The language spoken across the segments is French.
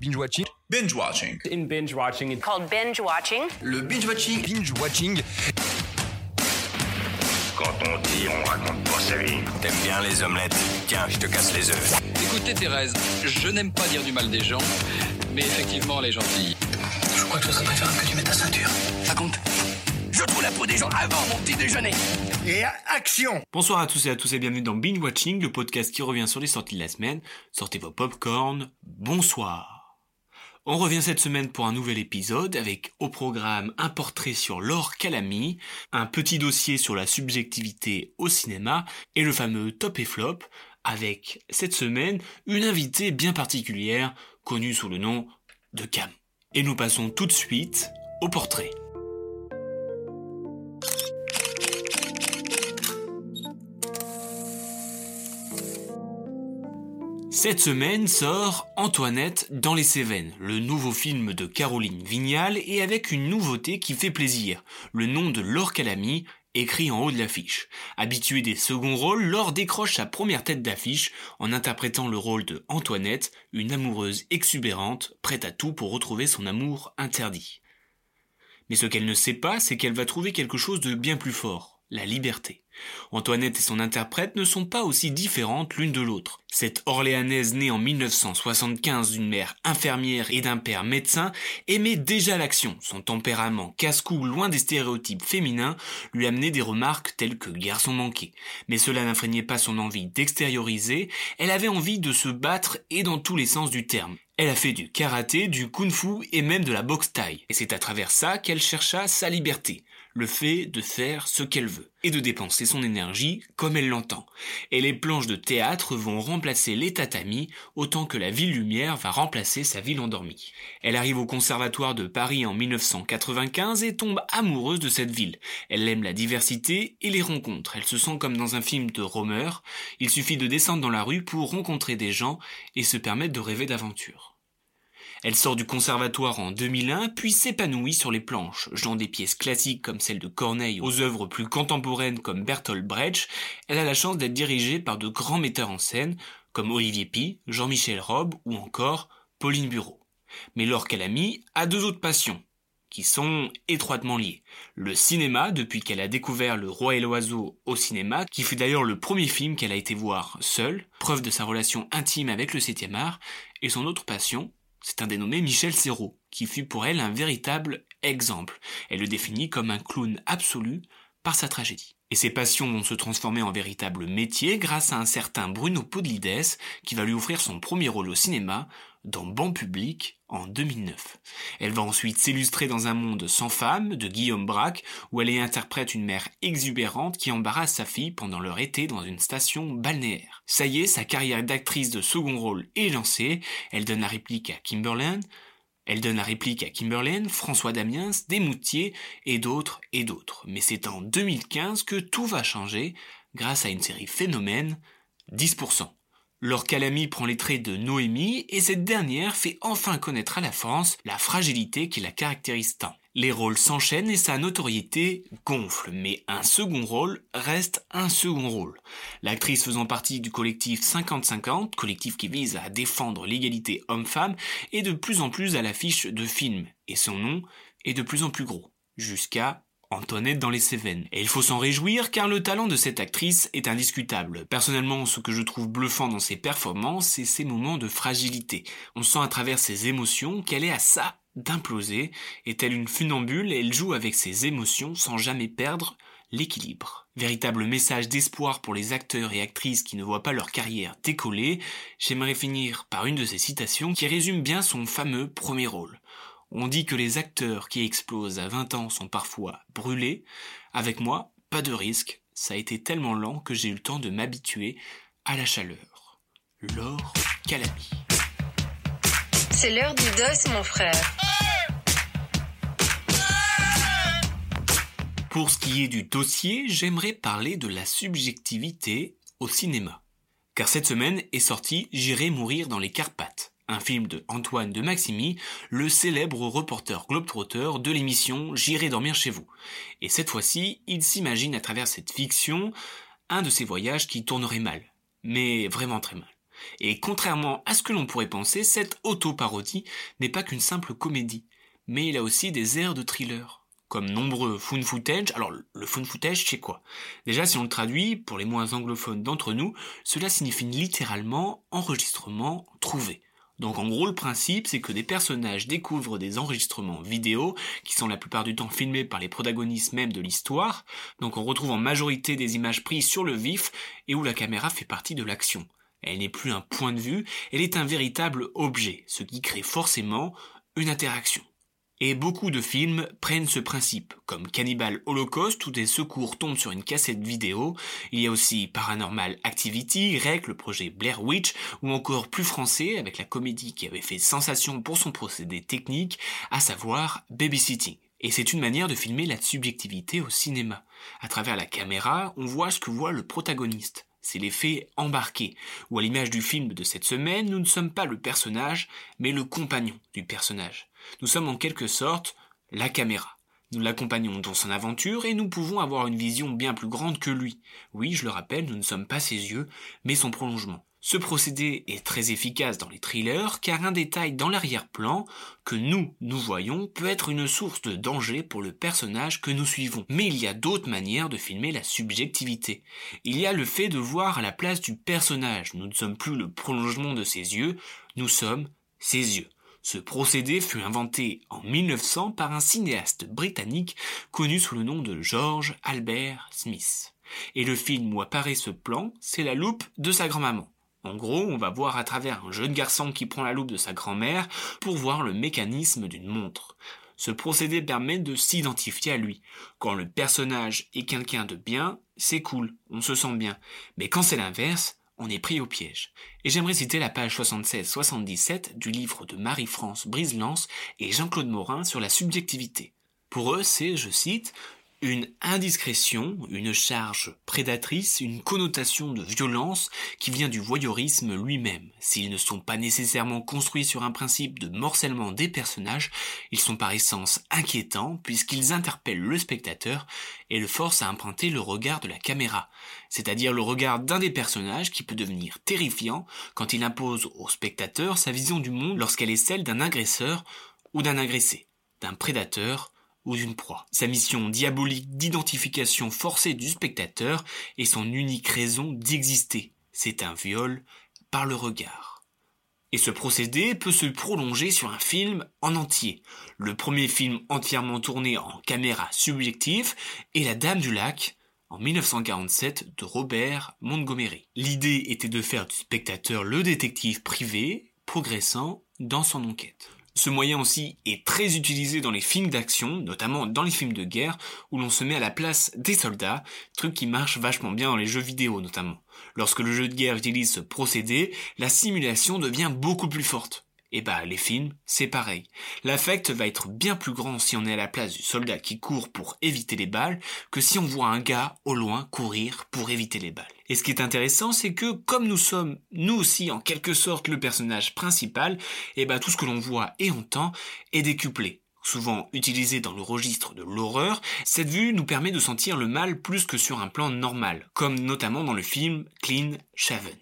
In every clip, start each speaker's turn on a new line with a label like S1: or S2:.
S1: binge watching,
S2: Binge watching.
S3: in binge watching.
S4: called binge watching.
S2: Le binge watching.
S1: binge watching,
S5: Quand on dit, on raconte pour sa vie. T'aimes bien les omelettes Tiens, je te casse les œufs.
S6: Écoutez Thérèse, je n'aime pas dire du mal des gens, mais effectivement elle est gentille.
S5: Je crois que ce serait préférable que tu mettes ta ceinture. Raconte. Je trouve la peau des gens avant mon petit déjeuner. Et action
S7: Bonsoir à tous et à tous et bienvenue dans Binge Watching, le podcast qui revient sur les sorties de la semaine. Sortez vos popcorn. Bonsoir. On revient cette semaine pour un nouvel épisode avec au programme un portrait sur Laure Calamy, un petit dossier sur la subjectivité au cinéma et le fameux top et flop avec cette semaine une invitée bien particulière connue sous le nom de Cam. Et nous passons tout de suite au portrait. Cette semaine sort Antoinette dans les Cévennes, le nouveau film de Caroline Vignal et avec une nouveauté qui fait plaisir, le nom de Laure Calamy écrit en haut de l'affiche. Habituée des seconds rôles, Laure décroche sa première tête d'affiche en interprétant le rôle de Antoinette, une amoureuse exubérante prête à tout pour retrouver son amour interdit. Mais ce qu'elle ne sait pas, c'est qu'elle va trouver quelque chose de bien plus fort, la liberté. Antoinette et son interprète ne sont pas aussi différentes l'une de l'autre. Cette Orléanaise née en 1975 d'une mère infirmière et d'un père médecin aimait déjà l'action. Son tempérament casse-cou, loin des stéréotypes féminins, lui amenait des remarques telles que garçon manqué. Mais cela n'infrégnait pas son envie d'extérioriser, elle avait envie de se battre et dans tous les sens du terme. Elle a fait du karaté, du kung-fu et même de la boxe thaï. Et c'est à travers ça qu'elle chercha sa liberté le fait de faire ce qu'elle veut et de dépenser son énergie comme elle l'entend. Et les planches de théâtre vont remplacer les tatamis autant que la ville lumière va remplacer sa ville endormie. Elle arrive au conservatoire de Paris en 1995 et tombe amoureuse de cette ville. Elle aime la diversité et les rencontres. Elle se sent comme dans un film de Romer. Il suffit de descendre dans la rue pour rencontrer des gens et se permettre de rêver d'aventure. Elle sort du conservatoire en 2001, puis s'épanouit sur les planches, jouant des pièces classiques comme celle de Corneille aux œuvres plus contemporaines comme Bertolt Brecht. Elle a la chance d'être dirigée par de grands metteurs en scène comme Olivier Py, Jean-Michel Robe ou encore Pauline Bureau. Mais Laure Calamy a deux autres passions qui sont étroitement liées. Le cinéma, depuis qu'elle a découvert Le Roi et l'Oiseau au cinéma, qui fut d'ailleurs le premier film qu'elle a été voir seule, preuve de sa relation intime avec le 7 art, et son autre passion, c'est un dénommé Michel Serrault, qui fut pour elle un véritable exemple. Elle le définit comme un clown absolu par sa tragédie. Et ses passions vont se transformer en véritable métier grâce à un certain Bruno Podlides qui va lui offrir son premier rôle au cinéma dans Ban Public en 2009. Elle va ensuite s'illustrer dans un monde sans femme de Guillaume Braque où elle y interprète une mère exubérante qui embarrasse sa fille pendant leur été dans une station balnéaire. Ça y est, sa carrière d'actrice de second rôle est lancée. Elle donne la réplique à Kimberlane, elle donne la réplique à Kimberlane, François Damiens, Desmoutiers et d'autres et d'autres. Mais c'est en 2015 que tout va changer grâce à une série phénomène 10%. Laure Calamy prend les traits de Noémie et cette dernière fait enfin connaître à la France la fragilité qui la caractérise tant. Les rôles s'enchaînent et sa notoriété gonfle, mais un second rôle reste un second rôle. L'actrice faisant partie du collectif 50-50, collectif qui vise à défendre l'égalité homme-femme, est de plus en plus à l'affiche de films, et son nom est de plus en plus gros, jusqu'à Antoinette dans les Cévennes. Et il faut s'en réjouir car le talent de cette actrice est indiscutable. Personnellement, ce que je trouve bluffant dans ses performances, c'est ses moments de fragilité. On sent à travers ses émotions qu'elle est à ça d'imploser, et telle une funambule, elle joue avec ses émotions sans jamais perdre l'équilibre. Véritable message d'espoir pour les acteurs et actrices qui ne voient pas leur carrière décoller, j'aimerais finir par une de ces citations qui résume bien son fameux premier rôle. On dit que les acteurs qui explosent à 20 ans sont parfois brûlés. Avec moi, pas de risque. Ça a été tellement lent que j'ai eu le temps de m'habituer à la chaleur. Laure Calamy.
S8: C'est l'heure du dos, mon frère.
S7: Pour ce qui est du dossier, j'aimerais parler de la subjectivité au cinéma. Car cette semaine est sorti J'irai mourir dans les Carpates, un film de Antoine de Maximi, le célèbre reporter globetrotter de l'émission J'irai dormir chez vous. Et cette fois-ci, il s'imagine à travers cette fiction un de ses voyages qui tournerait mal, mais vraiment très mal. Et contrairement à ce que l'on pourrait penser, cette auto-parodie n'est pas qu'une simple comédie, mais il a aussi des airs de thriller. Comme nombreux fun footage, alors le fun footage c'est quoi Déjà si on le traduit, pour les moins anglophones d'entre nous, cela signifie littéralement enregistrement trouvé. Donc en gros le principe c'est que des personnages découvrent des enregistrements vidéo qui sont la plupart du temps filmés par les protagonistes même de l'histoire, donc on retrouve en majorité des images prises sur le vif et où la caméra fait partie de l'action. Elle n'est plus un point de vue, elle est un véritable objet, ce qui crée forcément une interaction. Et beaucoup de films prennent ce principe, comme Cannibal Holocaust où des secours tombent sur une cassette vidéo, il y a aussi Paranormal Activity, REC, le projet Blair Witch, ou encore plus français avec la comédie qui avait fait sensation pour son procédé technique, à savoir Babysitting. Et c'est une manière de filmer la subjectivité au cinéma. À travers la caméra, on voit ce que voit le protagoniste. C'est l'effet embarqué, où à l'image du film de cette semaine, nous ne sommes pas le personnage, mais le compagnon du personnage. Nous sommes en quelque sorte la caméra. Nous l'accompagnons dans son aventure et nous pouvons avoir une vision bien plus grande que lui. Oui, je le rappelle, nous ne sommes pas ses yeux, mais son prolongement. Ce procédé est très efficace dans les thrillers car un détail dans l'arrière-plan que nous, nous voyons peut être une source de danger pour le personnage que nous suivons. Mais il y a d'autres manières de filmer la subjectivité. Il y a le fait de voir à la place du personnage. Nous ne sommes plus le prolongement de ses yeux, nous sommes ses yeux. Ce procédé fut inventé en 1900 par un cinéaste britannique connu sous le nom de George Albert Smith. Et le film où apparaît ce plan, c'est la loupe de sa grand-maman. En gros, on va voir à travers un jeune garçon qui prend la loupe de sa grand-mère pour voir le mécanisme d'une montre. Ce procédé permet de s'identifier à lui. Quand le personnage est quelqu'un de bien, c'est cool, on se sent bien. Mais quand c'est l'inverse, on est pris au piège. Et j'aimerais citer la page 76-77 du livre de Marie-France Briselance et Jean-Claude Morin sur la subjectivité. Pour eux, c'est, je cite, une indiscrétion, une charge prédatrice, une connotation de violence qui vient du voyeurisme lui-même. S'ils ne sont pas nécessairement construits sur un principe de morcellement des personnages, ils sont par essence inquiétants puisqu'ils interpellent le spectateur et le forcent à emprunter le regard de la caméra, c'est-à-dire le regard d'un des personnages qui peut devenir terrifiant quand il impose au spectateur sa vision du monde lorsqu'elle est celle d'un agresseur ou d'un agressé, d'un prédateur ou d'une proie. Sa mission diabolique d'identification forcée du spectateur est son unique raison d'exister. C'est un viol par le regard. Et ce procédé peut se prolonger sur un film en entier. Le premier film entièrement tourné en caméra subjective est La Dame du Lac, en 1947 de Robert Montgomery. L'idée était de faire du spectateur le détective privé progressant dans son enquête. Ce moyen aussi est très utilisé dans les films d'action, notamment dans les films de guerre, où l'on se met à la place des soldats, truc qui marche vachement bien dans les jeux vidéo notamment. Lorsque le jeu de guerre utilise ce procédé, la simulation devient beaucoup plus forte. Et bah les films, c'est pareil. L'affect va être bien plus grand si on est à la place du soldat qui court pour éviter les balles que si on voit un gars au loin courir pour éviter les balles. Et ce qui est intéressant, c'est que comme nous sommes nous aussi en quelque sorte le personnage principal, et bah tout ce que l'on voit et entend est décuplé. Souvent utilisé dans le registre de l'horreur, cette vue nous permet de sentir le mal plus que sur un plan normal, comme notamment dans le film Clean Shaven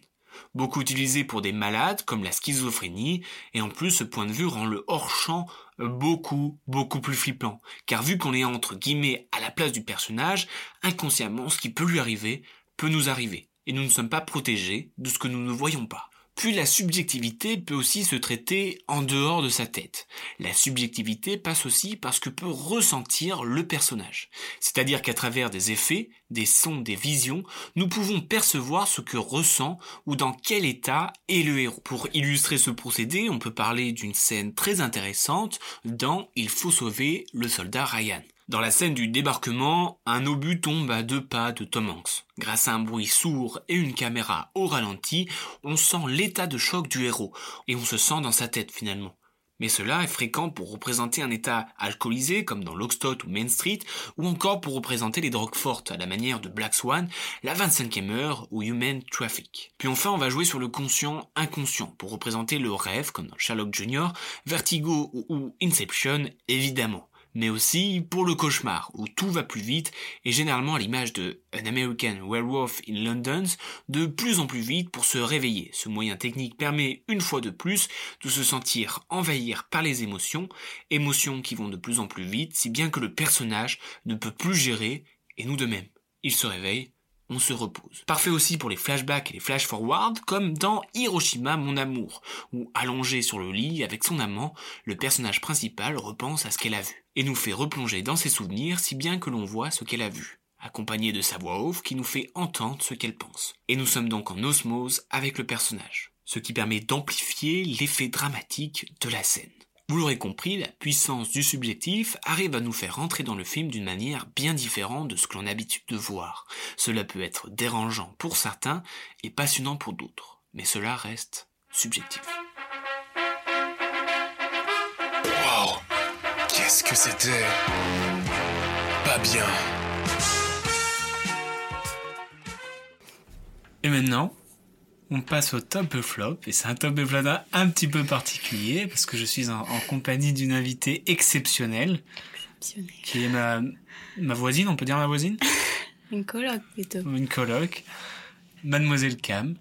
S7: beaucoup utilisé pour des malades comme la schizophrénie, et en plus ce point de vue rend le hors-champ beaucoup, beaucoup plus flippant, car vu qu'on est entre guillemets à la place du personnage, inconsciemment ce qui peut lui arriver peut nous arriver, et nous ne sommes pas protégés de ce que nous ne voyons pas. Puis la subjectivité peut aussi se traiter en dehors de sa tête. La subjectivité passe aussi par ce que peut ressentir le personnage. C'est-à-dire qu'à travers des effets, des sons, des visions, nous pouvons percevoir ce que ressent ou dans quel état est le héros. Pour illustrer ce procédé, on peut parler d'une scène très intéressante dans Il faut sauver le soldat Ryan. Dans la scène du débarquement, un obus tombe à deux pas de Tom Hanks. Grâce à un bruit sourd et une caméra au ralenti, on sent l'état de choc du héros, et on se sent dans sa tête finalement. Mais cela est fréquent pour représenter un état alcoolisé comme dans Lockstock ou Main Street, ou encore pour représenter les drogues fortes à la manière de Black Swan, la 25e heure ou Human Traffic. Puis enfin on va jouer sur le conscient-inconscient pour représenter le rêve comme dans Sherlock Jr., Vertigo ou Inception évidemment mais aussi pour le cauchemar, où tout va plus vite, et généralement à l'image de An American Werewolf in London, de plus en plus vite pour se réveiller. Ce moyen technique permet une fois de plus de se sentir envahir par les émotions, émotions qui vont de plus en plus vite, si bien que le personnage ne peut plus gérer, et nous de même. Il se réveille, on se repose. Parfait aussi pour les flashbacks et les flash forward comme dans Hiroshima mon amour, où allongé sur le lit avec son amant, le personnage principal repense à ce qu'elle a vu, et nous fait replonger dans ses souvenirs si bien que l'on voit ce qu'elle a vu, accompagné de sa voix off qui nous fait entendre ce qu'elle pense. Et nous sommes donc en osmose avec le personnage, ce qui permet d'amplifier l'effet dramatique de la scène. Vous l'aurez compris, la puissance du subjectif arrive à nous faire rentrer dans le film d'une manière bien différente de ce que l'on a l'habitude de voir. Cela peut être dérangeant pour certains et passionnant pour d'autres, mais cela reste subjectif.
S5: Wow Qu'est-ce que c'était Pas bien.
S7: Et maintenant, on passe au top flop, et c'est un top flop un petit peu particulier, parce que je suis en, en compagnie d'une invitée exceptionnelle,
S1: Exceptionnel.
S7: qui est ma, ma voisine, on peut dire ma voisine
S1: Une colloque plutôt.
S7: Une coloc, Mademoiselle Cam.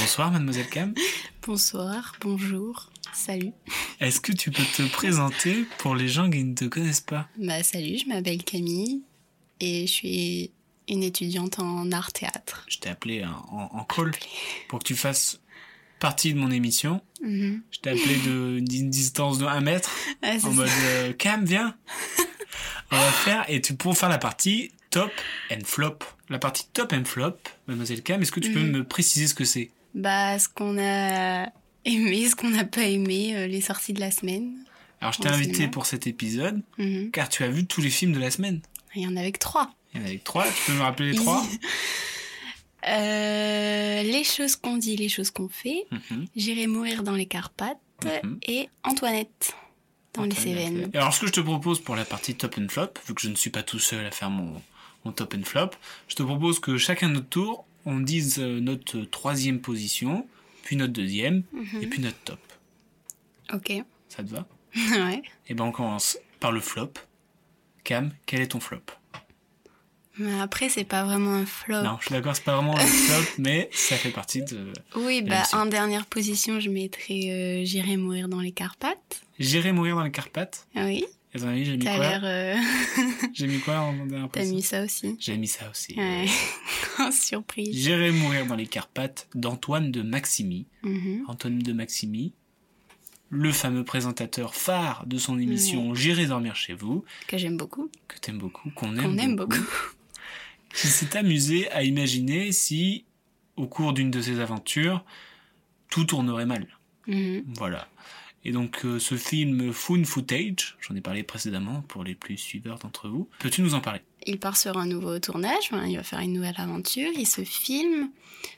S7: Bonsoir Mademoiselle Cam.
S1: Bonsoir, bonjour, salut.
S7: Est-ce que tu peux te présenter pour les gens qui ne te connaissent pas
S1: Bah salut, je m'appelle Camille et je suis une étudiante en art théâtre.
S7: Je t'ai appelé en, en- en call pour que tu fasses partie de mon émission. Je t'ai appelé de- d'une distance de 1 mètre
S1: Ah, c'est
S7: en
S1: ça.
S7: mode euh, Cam, viens. On va faire et tu pourras faire la partie top and flop. La partie top and flop, mademoiselle Cam, est-ce que tu peux
S1: Mhm.
S7: me préciser ce que c'est
S1: Bah ce qu'on a aimé, ce qu'on n'a pas aimé, euh, les sorties de la semaine.
S7: Alors je t'ai
S1: Au
S7: invité
S1: cinéma.
S7: pour cet épisode
S1: Mhm.
S7: car tu as vu tous les films de la semaine.
S1: Il y en avait que trois.
S7: Il y en avait que trois, tu peux me rappeler les trois
S1: Euh, les choses qu'on dit, les choses qu'on fait.
S7: Mhm.
S1: J'irai mourir dans les Carpates
S7: Mhm.
S1: et Antoinette dans les Cévennes.
S7: Et Alors, ce que je te propose pour la partie top and flop, vu que je ne suis pas tout seul à faire mon, mon top and flop, je te propose que chacun de notre tour, on dise euh, notre troisième position, puis notre deuxième, et
S1: Mhm.
S7: puis notre top.
S1: Ok.
S7: Ça te va
S1: ouais.
S7: Et ben, on commence par le flop. Cam, quel est ton flop
S1: Mais après, c'est pas vraiment un flop.
S7: Non, je suis d'accord, c'est pas vraiment un flop, mais ça fait partie de.
S1: Oui,
S7: Même
S1: bah,
S7: si-
S1: en dernière position, je mettrais euh, J'irai mourir dans les Carpates.
S7: J'irai mourir dans les Carpates.
S1: Ah Oui,
S7: Et dans la vie, j'ai mis
S1: t'as
S7: quoi
S1: l'air. euh,
S7: J'ai mis quoi en dernière
S1: t'as
S7: position
S1: mis ça aussi.
S7: J'ai mis ça aussi.
S1: Ouais. Grande surprise.
S7: J'irai mourir dans les Carpates d'Antoine de Maximi.
S1: Mhm.
S7: Antoine de Maximi, le fameux présentateur phare de son émission J'irai dormir chez vous,
S1: Que j'aime beaucoup.
S7: que t'aimes beaucoup, qu'on aime,
S1: Qu'on aime beaucoup.
S7: qui s'est amusé à imaginer si, au cours d'une de ses aventures, tout tournerait mal.
S1: Mhm.
S7: Voilà. Et donc euh, ce film Found Footage, j'en ai parlé précédemment pour les plus suiveurs d'entre vous, peux-tu nous en parler
S1: Il part sur un nouveau tournage, voilà, il va faire une nouvelle aventure, il se filme.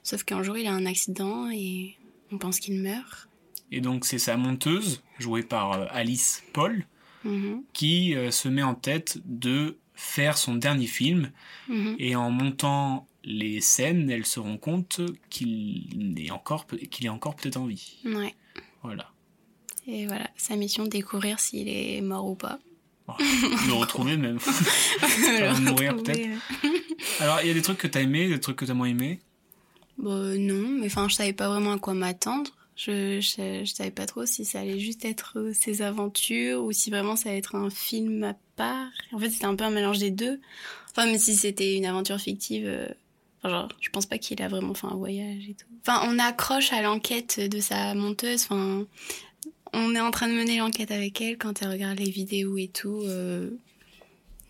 S1: Sauf qu'un jour, il a un accident et on pense qu'il meurt.
S7: Et donc c'est sa monteuse, jouée par euh, Alice Paul,
S1: Mhm.
S7: qui euh, se met en tête de faire son dernier film
S1: Mhm.
S7: Et en montant les scènes, elle se rend compte qu'il est encore, peut- qu'il est encore peut-être en vie.
S1: Ouais.
S7: Voilà.
S1: Et voilà, sa mission, découvrir s'il est mort ou pas.
S7: Le retrouver même.
S1: Le
S7: mourir,
S1: retrouver,
S7: peut-être.
S1: euh,
S7: Alors, il y a des trucs que t'as aimé, des trucs que t'as moins aimé.
S1: Bah non, mais enfin je savais pas vraiment à quoi m'attendre. Je, je, je savais pas trop si ça allait juste être euh, ses aventures ou si vraiment ça allait être un film à part. En fait c'était un peu un mélange des deux. Enfin mais si c'était une aventure fictive, euh, enfin, genre je pense pas qu'il a vraiment fait un voyage et tout. Enfin on accroche à l'enquête de sa monteuse. Enfin on est en train de mener l'enquête avec elle quand elle regarde les vidéos et tout. euh,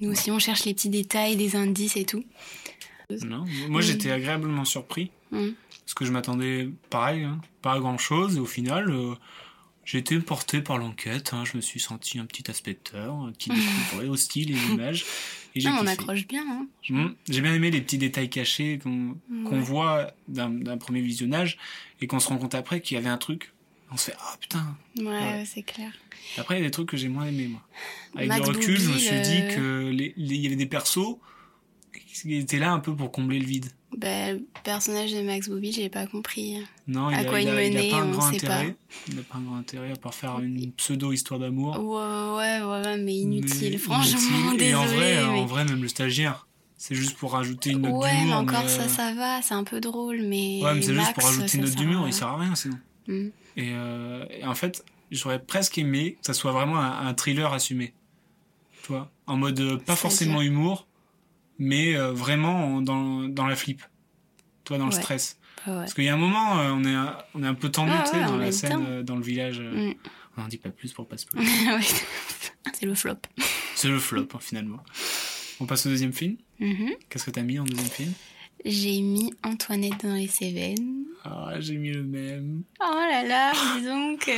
S1: nous aussi on cherche les petits détails, les indices et tout.
S7: Non. Moi,
S1: Oui.
S7: j'étais agréablement surpris.
S1: Mm.
S7: Parce que je m'attendais, pareil, hein, pas à grand-chose. Et au final, euh, j'ai été porté par l'enquête. hein. je me suis senti un petit inspecteur euh, qui découvrait au style et l'image. Et j'ai
S1: Non, on
S7: kiffé.
S1: accroche bien. Hein.
S7: Mm. J'ai bien aimé les petits détails cachés qu'on qu'on
S1: Ouais.
S7: voit d'un d'un premier visionnage et qu'on se rend compte après qu'il y avait un truc. On se fait ah putain.
S1: Ouais,
S7: Ouais.
S1: ouais, c'est clair.
S7: Après il y a des trucs que j'ai moins aimé moi. Avec
S1: Max
S7: le recul, je me
S1: Boublil,
S7: suis
S1: euh,
S7: dit que les- les- il y avait des persos qui étaient là un peu pour combler le vide.
S1: Bah, le personnage de Max Bobby, j'ai pas compris.
S7: Non,
S1: À
S7: il a,
S1: quoi
S7: il
S1: il
S7: a- il a
S1: menait,
S7: pas un
S1: on
S7: grand
S1: sait pas.
S7: intérêt. Il n'a pas un grand intérêt à part faire une pseudo-histoire d'amour.
S1: Ouais, euh, ouais, ouais, ouais, mais Oh, inutile,
S7: Oh. Mais
S1: franchement,
S7: inutile.
S1: désolé.
S7: Et en vrai, euh,
S1: mais-
S7: en vrai, même le stagiaire, c'est juste pour rajouter une note
S1: Ouais, mais
S7: d'humour.
S1: encore
S7: mais,
S1: ça,
S7: euh,
S1: ça va, c'est un peu drôle, mais.
S7: Ouais, mais c'est juste
S1: Max,
S7: pour rajouter une
S1: ça
S7: note
S1: sert
S7: d'humour,
S1: à-
S7: il sert à rien sinon.
S1: Mm.
S7: Et, euh, et en fait, j'aurais presque aimé que ça soit vraiment un, un thriller assumé. Tu vois En mode euh, pas
S1: C'est-à-dire
S7: forcément humour, mais euh, vraiment en- dans, dans la flip. Toi, dans le
S1: Ouais.
S7: stress.
S1: Ah ouais.
S7: Parce qu'il y a un moment, euh, on, est un, on est un peu tendu,
S1: Ah
S7: tu sais,
S1: ouais,
S7: dans
S1: on est
S7: la scène,
S1: bien.
S7: euh, dans le village. euh,
S1: Mm.
S7: On n'en dit pas plus pour pas se spoiler.
S1: Ouais. c'est le flop.
S7: C'est le flop, hein, finalement. On passe au deuxième film.
S1: Mhm.
S7: Qu'est-ce que t'as mis en deuxième film
S1: J'ai mis Antoinette dans les Cévennes.
S7: Ah, j'ai mis le même.
S1: Oh là là, dis donc.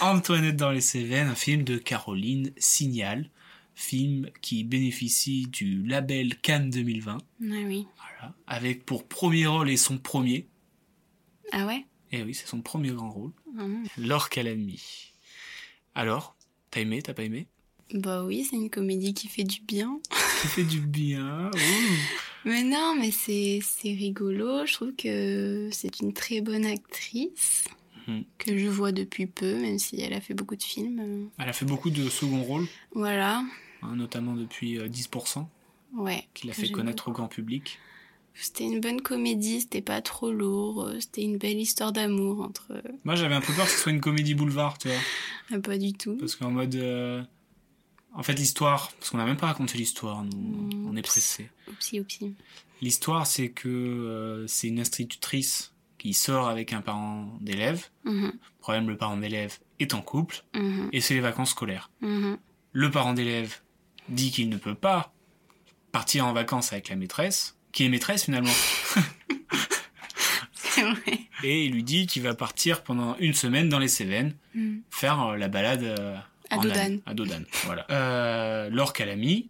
S7: Antoinette dans les Cévennes, un film de Caroline Signal, film qui bénéficie du label Cannes 2020,
S1: Ah oui.
S7: voilà, avec pour premier rôle et son premier,
S1: Ah ouais
S7: et oui, c'est son premier grand rôle,
S1: Mm.
S7: Laure Calamy. Alors, t'as aimé, t'as pas aimé
S1: Bah oui, c'est une comédie qui fait du bien.
S7: Ça fait du bien. ouh.
S1: Mais non, mais c'est c'est rigolo. Je trouve que c'est une très bonne actrice
S7: Mhm.
S1: que je vois depuis peu, même si elle a fait beaucoup de films.
S7: Elle a fait beaucoup de second rôles,
S1: Voilà.
S7: hein, notamment depuis euh, 10%,
S1: Ouais.
S7: qui l'a
S1: que
S7: fait
S1: j'ai
S7: connaître au grand public.
S1: C'était une bonne comédie, c'était pas trop lourd, euh, c'était une belle histoire d'amour entre. euh,
S7: Moi, j'avais un peu peur que ce soit une comédie boulevard, tu vois.
S1: Ah, pas du tout.
S7: Parce qu'en mode. euh, En fait, l'histoire, parce qu'on n'a même pas raconté l'histoire, nous,
S1: Mm,
S7: on est
S1: pss.
S7: pressé.
S1: Oupsi, oupsi.
S7: L'histoire, c'est que euh, c'est une institutrice qui sort avec un parent d'élève.
S1: Mhm,
S7: Problème, le parent d'élève est en couple
S1: mhm,
S7: et c'est les vacances scolaires.
S1: mhm.
S7: Le parent d'élève dit qu'il ne peut pas partir en vacances avec la maîtresse, qui est maîtresse finalement,
S1: C'est vrai.
S7: et il lui dit qu'il va partir pendant une semaine dans les Cévennes
S1: Mm.
S7: faire euh, la balade euh,
S1: À
S7: en
S1: Dodane.
S7: âne. À Dodane, voilà. Euh, Laure Calamy,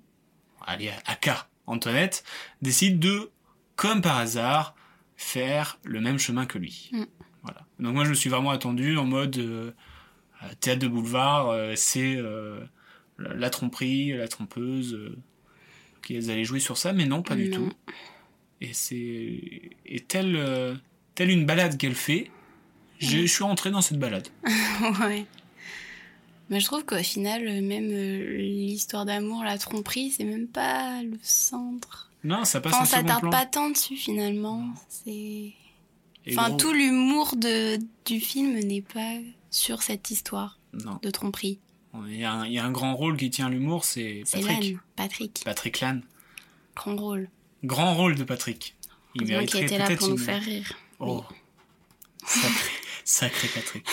S7: allez, Aka, Antoinette, décide de, comme par hasard, faire le même chemin que lui.
S1: Mm.
S7: Voilà. Donc moi, je me suis vraiment attendu en mode euh, euh, théâtre de boulevard, euh, c'est euh, la la tromperie, la trompeuse, euh, qu'ils allaient jouer sur ça, mais non, pas du
S1: Non.
S7: tout. Et c'est. Et telle, euh, telle une balade qu'elle fait, j'ai- je
S1: Mm.
S7: suis rentré dans cette balade.
S1: ouais. Mais je trouve qu'au final, euh, même euh, l'histoire d'amour, la tromperie, c'est même pas le centre.
S7: Non, ça passe
S1: Enfin, on
S7: en second
S1: s'attarde
S7: plan.
S1: pas tant dessus finalement. C'est.
S7: Et
S1: Enfin,
S7: gros-
S1: tout l'humour de, du film n'est pas sur cette histoire
S7: Non,
S1: de tromperie.
S7: il y, a un- il y a un grand rôle qui tient l'humour, c'est
S1: C'est
S7: Patrick.
S1: l'âne, Patrick.
S7: Patrick Lannes.
S1: Grand rôle.
S7: Grand rôle de Patrick. Il
S1: Heureusement Qui
S7: mériterait
S1: était là
S7: peut-être
S1: pour nous
S7: une...
S1: faire rire.
S7: Oh. Sacré, sacré Patrick.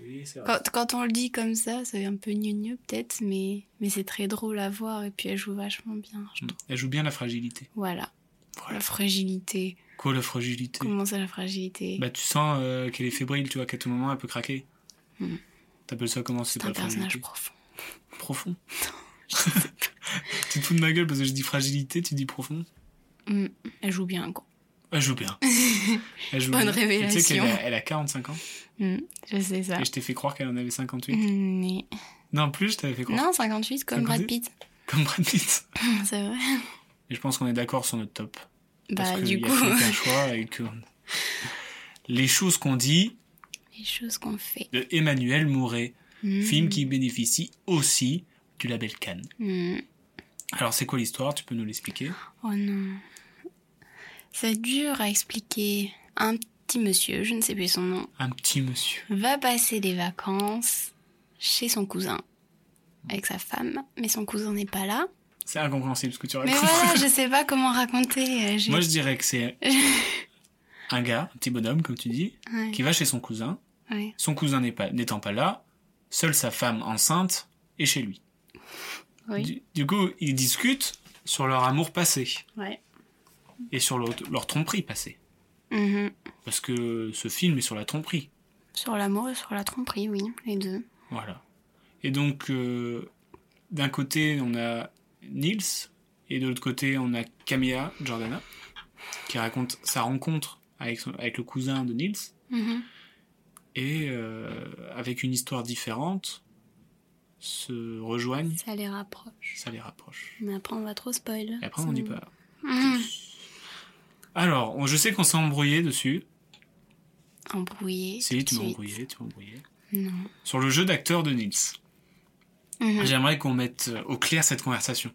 S7: Oui, c'est
S1: Quand, quand on le dit comme ça, c'est un peu gneu peut-être, mais, mais c'est très drôle à voir et puis elle joue vachement bien. je trouve.
S7: Elle joue bien la fragilité.
S1: Voilà.
S7: Voilà.
S1: La fragilité.
S7: Quoi, la fragilité
S1: Comment ça la fragilité
S7: Bah, tu sens euh, qu'elle est fébrile, tu vois, qu'à tout moment, elle peut craquer.
S1: Hmm.
S7: T'appelles ça comment C'est
S1: C'est
S7: pas
S1: un
S7: la fragilité
S1: personnage profond.
S7: Profond. tu te fous de ma gueule parce que je dis fragilité, tu dis profond.
S1: Mm. Elle joue bien, quoi.
S7: Elle joue bien. Elle joue
S1: Bonne
S7: bien. Et Tu sais qu'elle
S1: révélation.
S7: a, elle a 45 ans
S1: Mm. Je sais ça.
S7: et je t'ai fait croire qu'elle en avait 58.
S1: Mm, mais-
S7: Non, plus, je t'avais fait croire.
S1: Non, 58 comme Brad
S7: 58.
S1: Pitt.
S7: Comme Brad Pitt.
S1: C'est vrai.
S7: Et je pense qu'on est d'accord sur notre top. Parce
S1: Bah,
S7: que
S1: du
S7: il y a
S1: coup,
S7: plus qu'un choix et que... Les choses qu'on dit
S1: les choses qu'on fait.
S7: de Emmanuel Mouret,
S1: Mm.
S7: film qui bénéficie aussi du label Cannes.
S1: Mm.
S7: Alors, c'est quoi l'histoire Tu peux nous l'expliquer
S1: Oh non. C'est dur à expliquer. Un petit monsieur, je ne sais plus son nom,
S7: Un petit monsieur.
S1: va passer des vacances chez son cousin avec sa femme, mais son cousin n'est pas là.
S7: C'est incompréhensible ce que tu
S1: Mais
S7: racontes.
S1: voilà, je sais pas comment raconter. euh, j'ai-
S7: Moi, je dirais que c'est un gars, un petit bonhomme, comme tu dis,
S1: Ouais,
S7: qui va chez son cousin.
S1: ouais.
S7: Son cousin n'est pas- n'étant pas, là, seule sa femme enceinte est chez lui.
S1: Oui.
S7: Du, du coup, ils discutent sur leur amour passé
S1: Ouais.
S7: et sur leur, leur tromperie passée.
S1: Mhm.
S7: Parce que ce film est sur la tromperie.
S1: Sur l'amour et sur la tromperie, oui, les deux.
S7: Voilà. Et donc, euh, d'un côté, on a Nils, et de l'autre côté, on a Camilla Jordana, qui raconte sa rencontre avec, son- avec le cousin de Nils,
S1: Mhm.
S7: et euh, avec une histoire différente, se rejoignent,
S1: Ça les rapproche.
S7: ça les rapproche.
S1: Mais après, on va trop spoil.
S7: Et après, on
S1: Ça-
S7: dit pas.
S1: Mhm.
S7: Alors, on- je sais qu'on s'est embrouillé dessus.
S1: Embrouillé.
S7: Si, tu
S1: tout
S7: m'as
S1: de
S7: embrouillé, tu m'as embrouillé.
S1: suite. Non.
S7: Sur le jeu d'acteur de Nils.
S1: Mhm.
S7: J'aimerais qu'on mette euh, au clair cette conversation.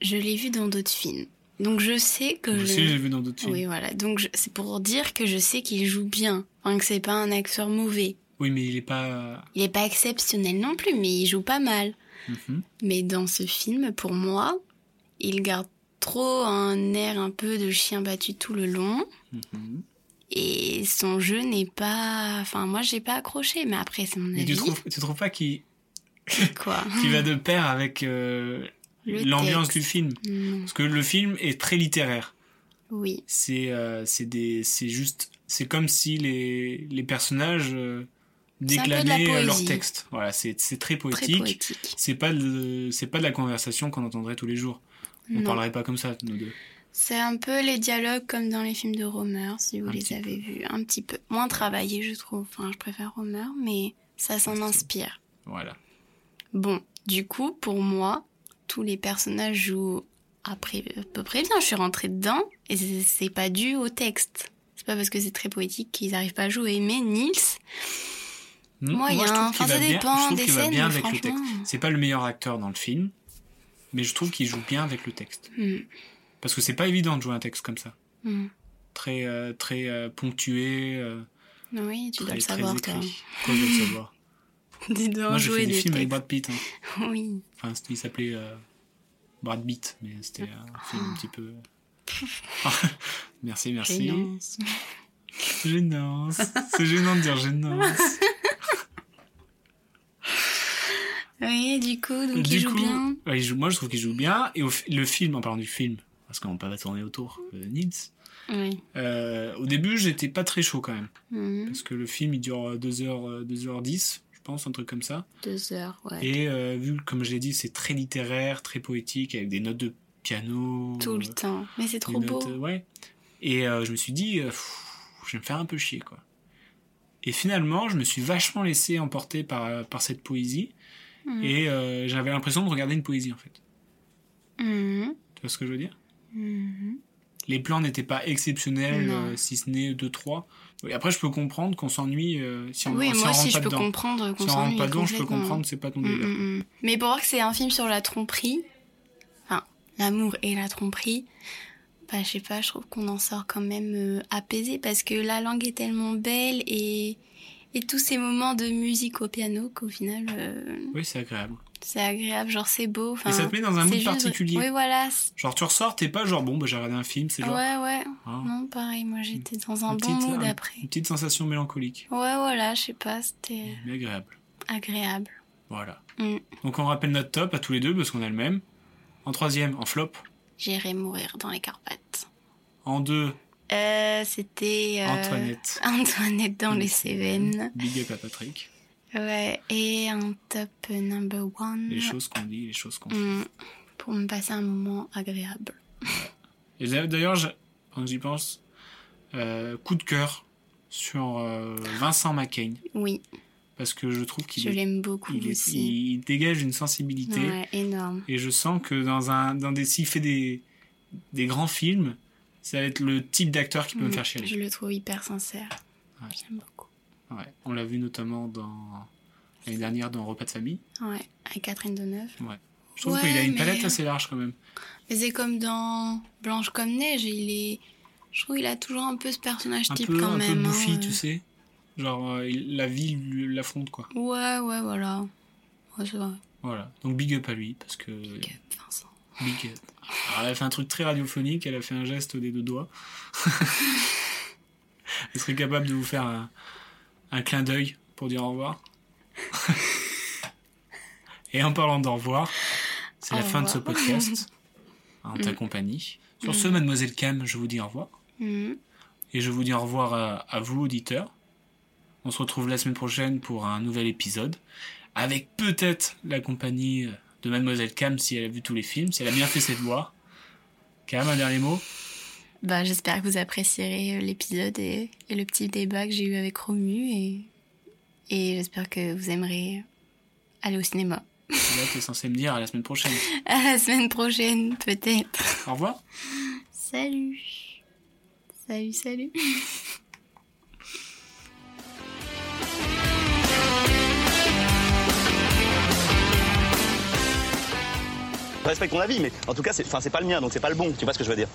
S1: Je l'ai vu dans d'autres films. Donc je sais que
S7: Je
S1: Euh, le-
S7: sais, j'ai vu dans d'autres films.
S1: Oui,
S7: Oui.
S1: voilà. Donc je- c'est pour dire que je sais qu'il joue bien. Enfin, que c'est pas un acteur mauvais.
S7: mais il est pas. euh,
S1: Il est pas exceptionnel non plus, mais il joue pas mal.
S7: Mhm.
S1: Mais dans ce film, pour moi, il garde trop un air un peu de chien battu tout le long.
S7: Mhm.
S1: Et son jeu n'est pas. Enfin, moi, j'ai pas accroché, mais après, c'est mon
S7: Et
S1: avis.
S7: tu trouves, tu trouves pas qu'il
S1: Quoi
S7: qu'il va de pair avec euh,
S1: Le
S7: l'ambiance
S1: texte.
S7: du film
S1: Non.
S7: Parce que le film est très littéraire.
S1: Oui.
S7: C'est euh, c'est des- c'est juste. C'est comme si les, les personnages euh,
S1: C'est un peu de la
S7: déclamaient euh, leur
S1: poésie.
S7: texte. Voilà, c'est c'est très
S1: Très
S7: poétique.
S1: poétique.
S7: C'est pas de- c'est pas de la conversation qu'on entendrait tous les jours. On
S1: Non.
S7: parlerait pas comme ça, nous deux.
S1: C'est un peu les dialogues comme dans les films de Romer, si vous
S7: Un
S1: les
S7: petit
S1: avez vus. Un petit peu. Moins travaillé, je trouve. Enfin, je préfère Romer, mais ça s'en
S7: Parce que-
S1: inspire.
S7: Voilà.
S1: Bon, du coup, pour moi, tous les personnages jouent après, à peu près bien. Je suis rentrée dedans et c'est- c'est pas dû au texte. C'est pas parce que c'est très poétique qu'ils arrivent pas à jouer. Mais Nils,
S7: Hmm,
S1: moi, il y
S7: je
S1: a
S7: trouve
S1: un. Enfin,
S7: qu'il va
S1: ça
S7: bien- je
S1: dépend
S7: trouve
S1: des
S7: qu'il va
S1: scènes,
S7: bien
S1: mais
S7: avec le
S1: franchement.
S7: texte. C'est pas le meilleur acteur dans le film, mais je trouve qu'il joue bien avec le texte.
S1: hmm,
S7: Parce que c'est pas évident de jouer un texte comme ça.
S1: hmm.
S7: Très, euh, très euh, ponctué, euh,
S1: Oui,
S7: très,
S1: tu dois le
S7: très
S1: savoir, toi.
S7: écrit. Quoi, je dois le savoir
S1: Tu dois
S7: Moi, j'ai
S1: jouer
S7: fait des,
S1: des
S7: films avec
S1: textes.
S7: Brad Pitt. hein.
S1: Oui.
S7: Enfin, c'était- il s'appelait euh, Brad Pitt, mais c'était un
S1: Ah.
S7: film un petit peu. merci, merci.
S1: Gênance.
S7: Gênance. C'est gênant de dire gênance.
S1: Oui, du coup, donc il
S7: du
S1: joue
S7: coup,
S1: bien.
S7: ouais, il joue- moi je trouve qu'il joue bien. Et au fi- le film, en parlant du film, parce qu'on peut pas tourner autour de Nils,
S1: Oui.
S7: euh, au début j'étais pas très chaud quand même.
S1: Mhm.
S7: Parce que le film il dure euh, 2h, 2h10, je pense, un truc comme ça.
S1: Deux heures, ouais.
S7: Et euh, vu, que, comme je l'ai dit, c'est très littéraire, très poétique, avec des notes de piano.
S1: Tout le
S7: euh,
S1: temps. Mais c'est trop
S7: des
S1: beau.
S7: notes, euh, ouais. Et euh, je me suis dit, euh, pff, je vais me faire un peu chier, quoi. Et finalement, je me suis vachement laissé emporter par, euh, par cette poésie.
S1: Mhm.
S7: Et euh, j'avais l'impression de regarder une poésie, en fait.
S1: Mhm.
S7: Tu vois ce que je veux dire
S1: Mhm.
S7: Les plans n'étaient pas exceptionnels,
S1: Non.
S7: euh, si ce n'est 2-3. Oui, Après, je peux comprendre qu'on s'ennuie euh, si on
S1: Oui,
S7: si on
S1: moi
S7: rentre
S1: aussi,
S7: pas
S1: je peux
S7: dedans.
S1: comprendre qu'on
S7: Si on rentre
S1: s'ennuie
S7: pas dedans, je peux
S1: complètement.
S7: comprendre, c'est pas ton
S1: Mhm,
S7: délire.
S1: mhm. Mais pour voir que c'est un film sur la tromperie, enfin, l'amour et la tromperie, bah, je sais pas, je trouve qu'on en sort quand même euh, apaisé parce que la langue est tellement belle et, et tous ces moments de musique au piano qu'au final, euh,
S7: Oui, c'est agréable.
S1: c'est agréable, genre c'est beau.
S7: Et
S1: enfin,
S7: ça te met dans un
S1: c'est
S7: mood
S1: juste-
S7: particulier.
S1: Oui, voilà, c'est-
S7: Genre, tu ressors, t'es pas genre, bon, bah, j'ai regardé un film, c'est genre
S1: Ouais, ouais.
S7: hein,
S1: Non, pareil, moi j'étais dans un
S7: Une
S1: bon
S7: petite-
S1: mood
S7: un-
S1: après.
S7: une petite sensation mélancolique.
S1: Ouais, voilà, je sais pas, c'était
S7: Mais agréable.
S1: agréable.
S7: Voilà.
S1: Mm.
S7: Donc, on rappelle notre top à tous les deux, parce qu'on a le même. En troisième, en flop.
S1: J'irai mourir dans les Carpates.
S7: En deux,
S1: Euh, c'était. euh,
S7: Antoinette.
S1: Antoinette dans les
S7: Les
S1: Cévennes.
S7: Big up à Patrick.
S1: Ouais, et un top number one.
S7: Les choses qu'on dit, les choses qu'on fait.
S1: Mm, Pour me passer un moment agréable.
S7: Et d'a- d'ailleurs, je- quand j'y pense, euh, coup de cœur sur euh, Vincent Macaigne,
S1: Oui,
S7: parce que je trouve qu'il
S1: je
S7: est-
S1: l'aime beaucoup
S7: il, est-
S1: aussi.
S7: il dégage une sensibilité.
S1: Ouais, énorme.
S7: Et je sens que dans un dans des s'il fait des des grands films, ça va être le type d'acteur qui peut me
S1: Mm,
S7: faire chialer.
S1: Je le trouve hyper sincère.
S7: Ouais.
S1: J'aime beaucoup.
S7: Ouais. On l'a vu notamment dans l'année dernière dans Repas de famille.
S1: Ouais, à Catherine Deneuve.
S7: Je trouve
S1: Ouais,
S7: qu'il a une
S1: mais-
S7: palette assez large quand même.
S1: Mais c'est comme dans Blanche comme neige, il est. Je trouve qu'il a toujours un peu ce personnage
S7: Un
S1: type
S7: peu
S1: quand
S7: un peu
S1: même. hein,
S7: bouffi,
S1: euh.
S7: tu sais. Genre euh, il- la vie lui- l'affronte quoi.
S1: Ouais, ouais, voilà. Ouais, c'est vrai.
S7: Voilà. Donc big up à lui parce que
S1: Big up, Vincent.
S7: Big Cat. Alors, elle a fait un truc très radiophonique, elle a fait un geste des deux doigts. elle serait capable de vous faire un, un clin d'œil pour dire au revoir. Et en parlant d'au revoir, c'est la
S1: Au
S7: fin de ce
S1: revoir. Mm.
S7: podcast en ta compagnie. Sur ce, mademoiselle Cam, je vous dis au revoir.
S1: Mhm.
S7: Et je vous dis au revoir à, à vous, auditeurs. On se retrouve la semaine prochaine pour un nouvel épisode. Avec peut-être la compagnie de Mademoiselle Cam si elle a vu tous les films, si elle a bien fait ses devoirs. Cam, un dernier mot
S1: Bah, j'espère que vous apprécierez euh, l'épisode et, et le petit débat que j'ai eu avec Romu et, et j'espère que vous aimerez euh, aller au cinéma.
S7: Là, t'es censé me dire à la semaine prochaine.
S1: À la semaine prochaine, peut-être.
S7: Au revoir.
S1: Salut. Salut, salut.
S3: Je respecte ton avis, mais en tout cas, c'est enfin, c'est pas le mien, donc c'est pas le bon. Tu vois ce que je veux dire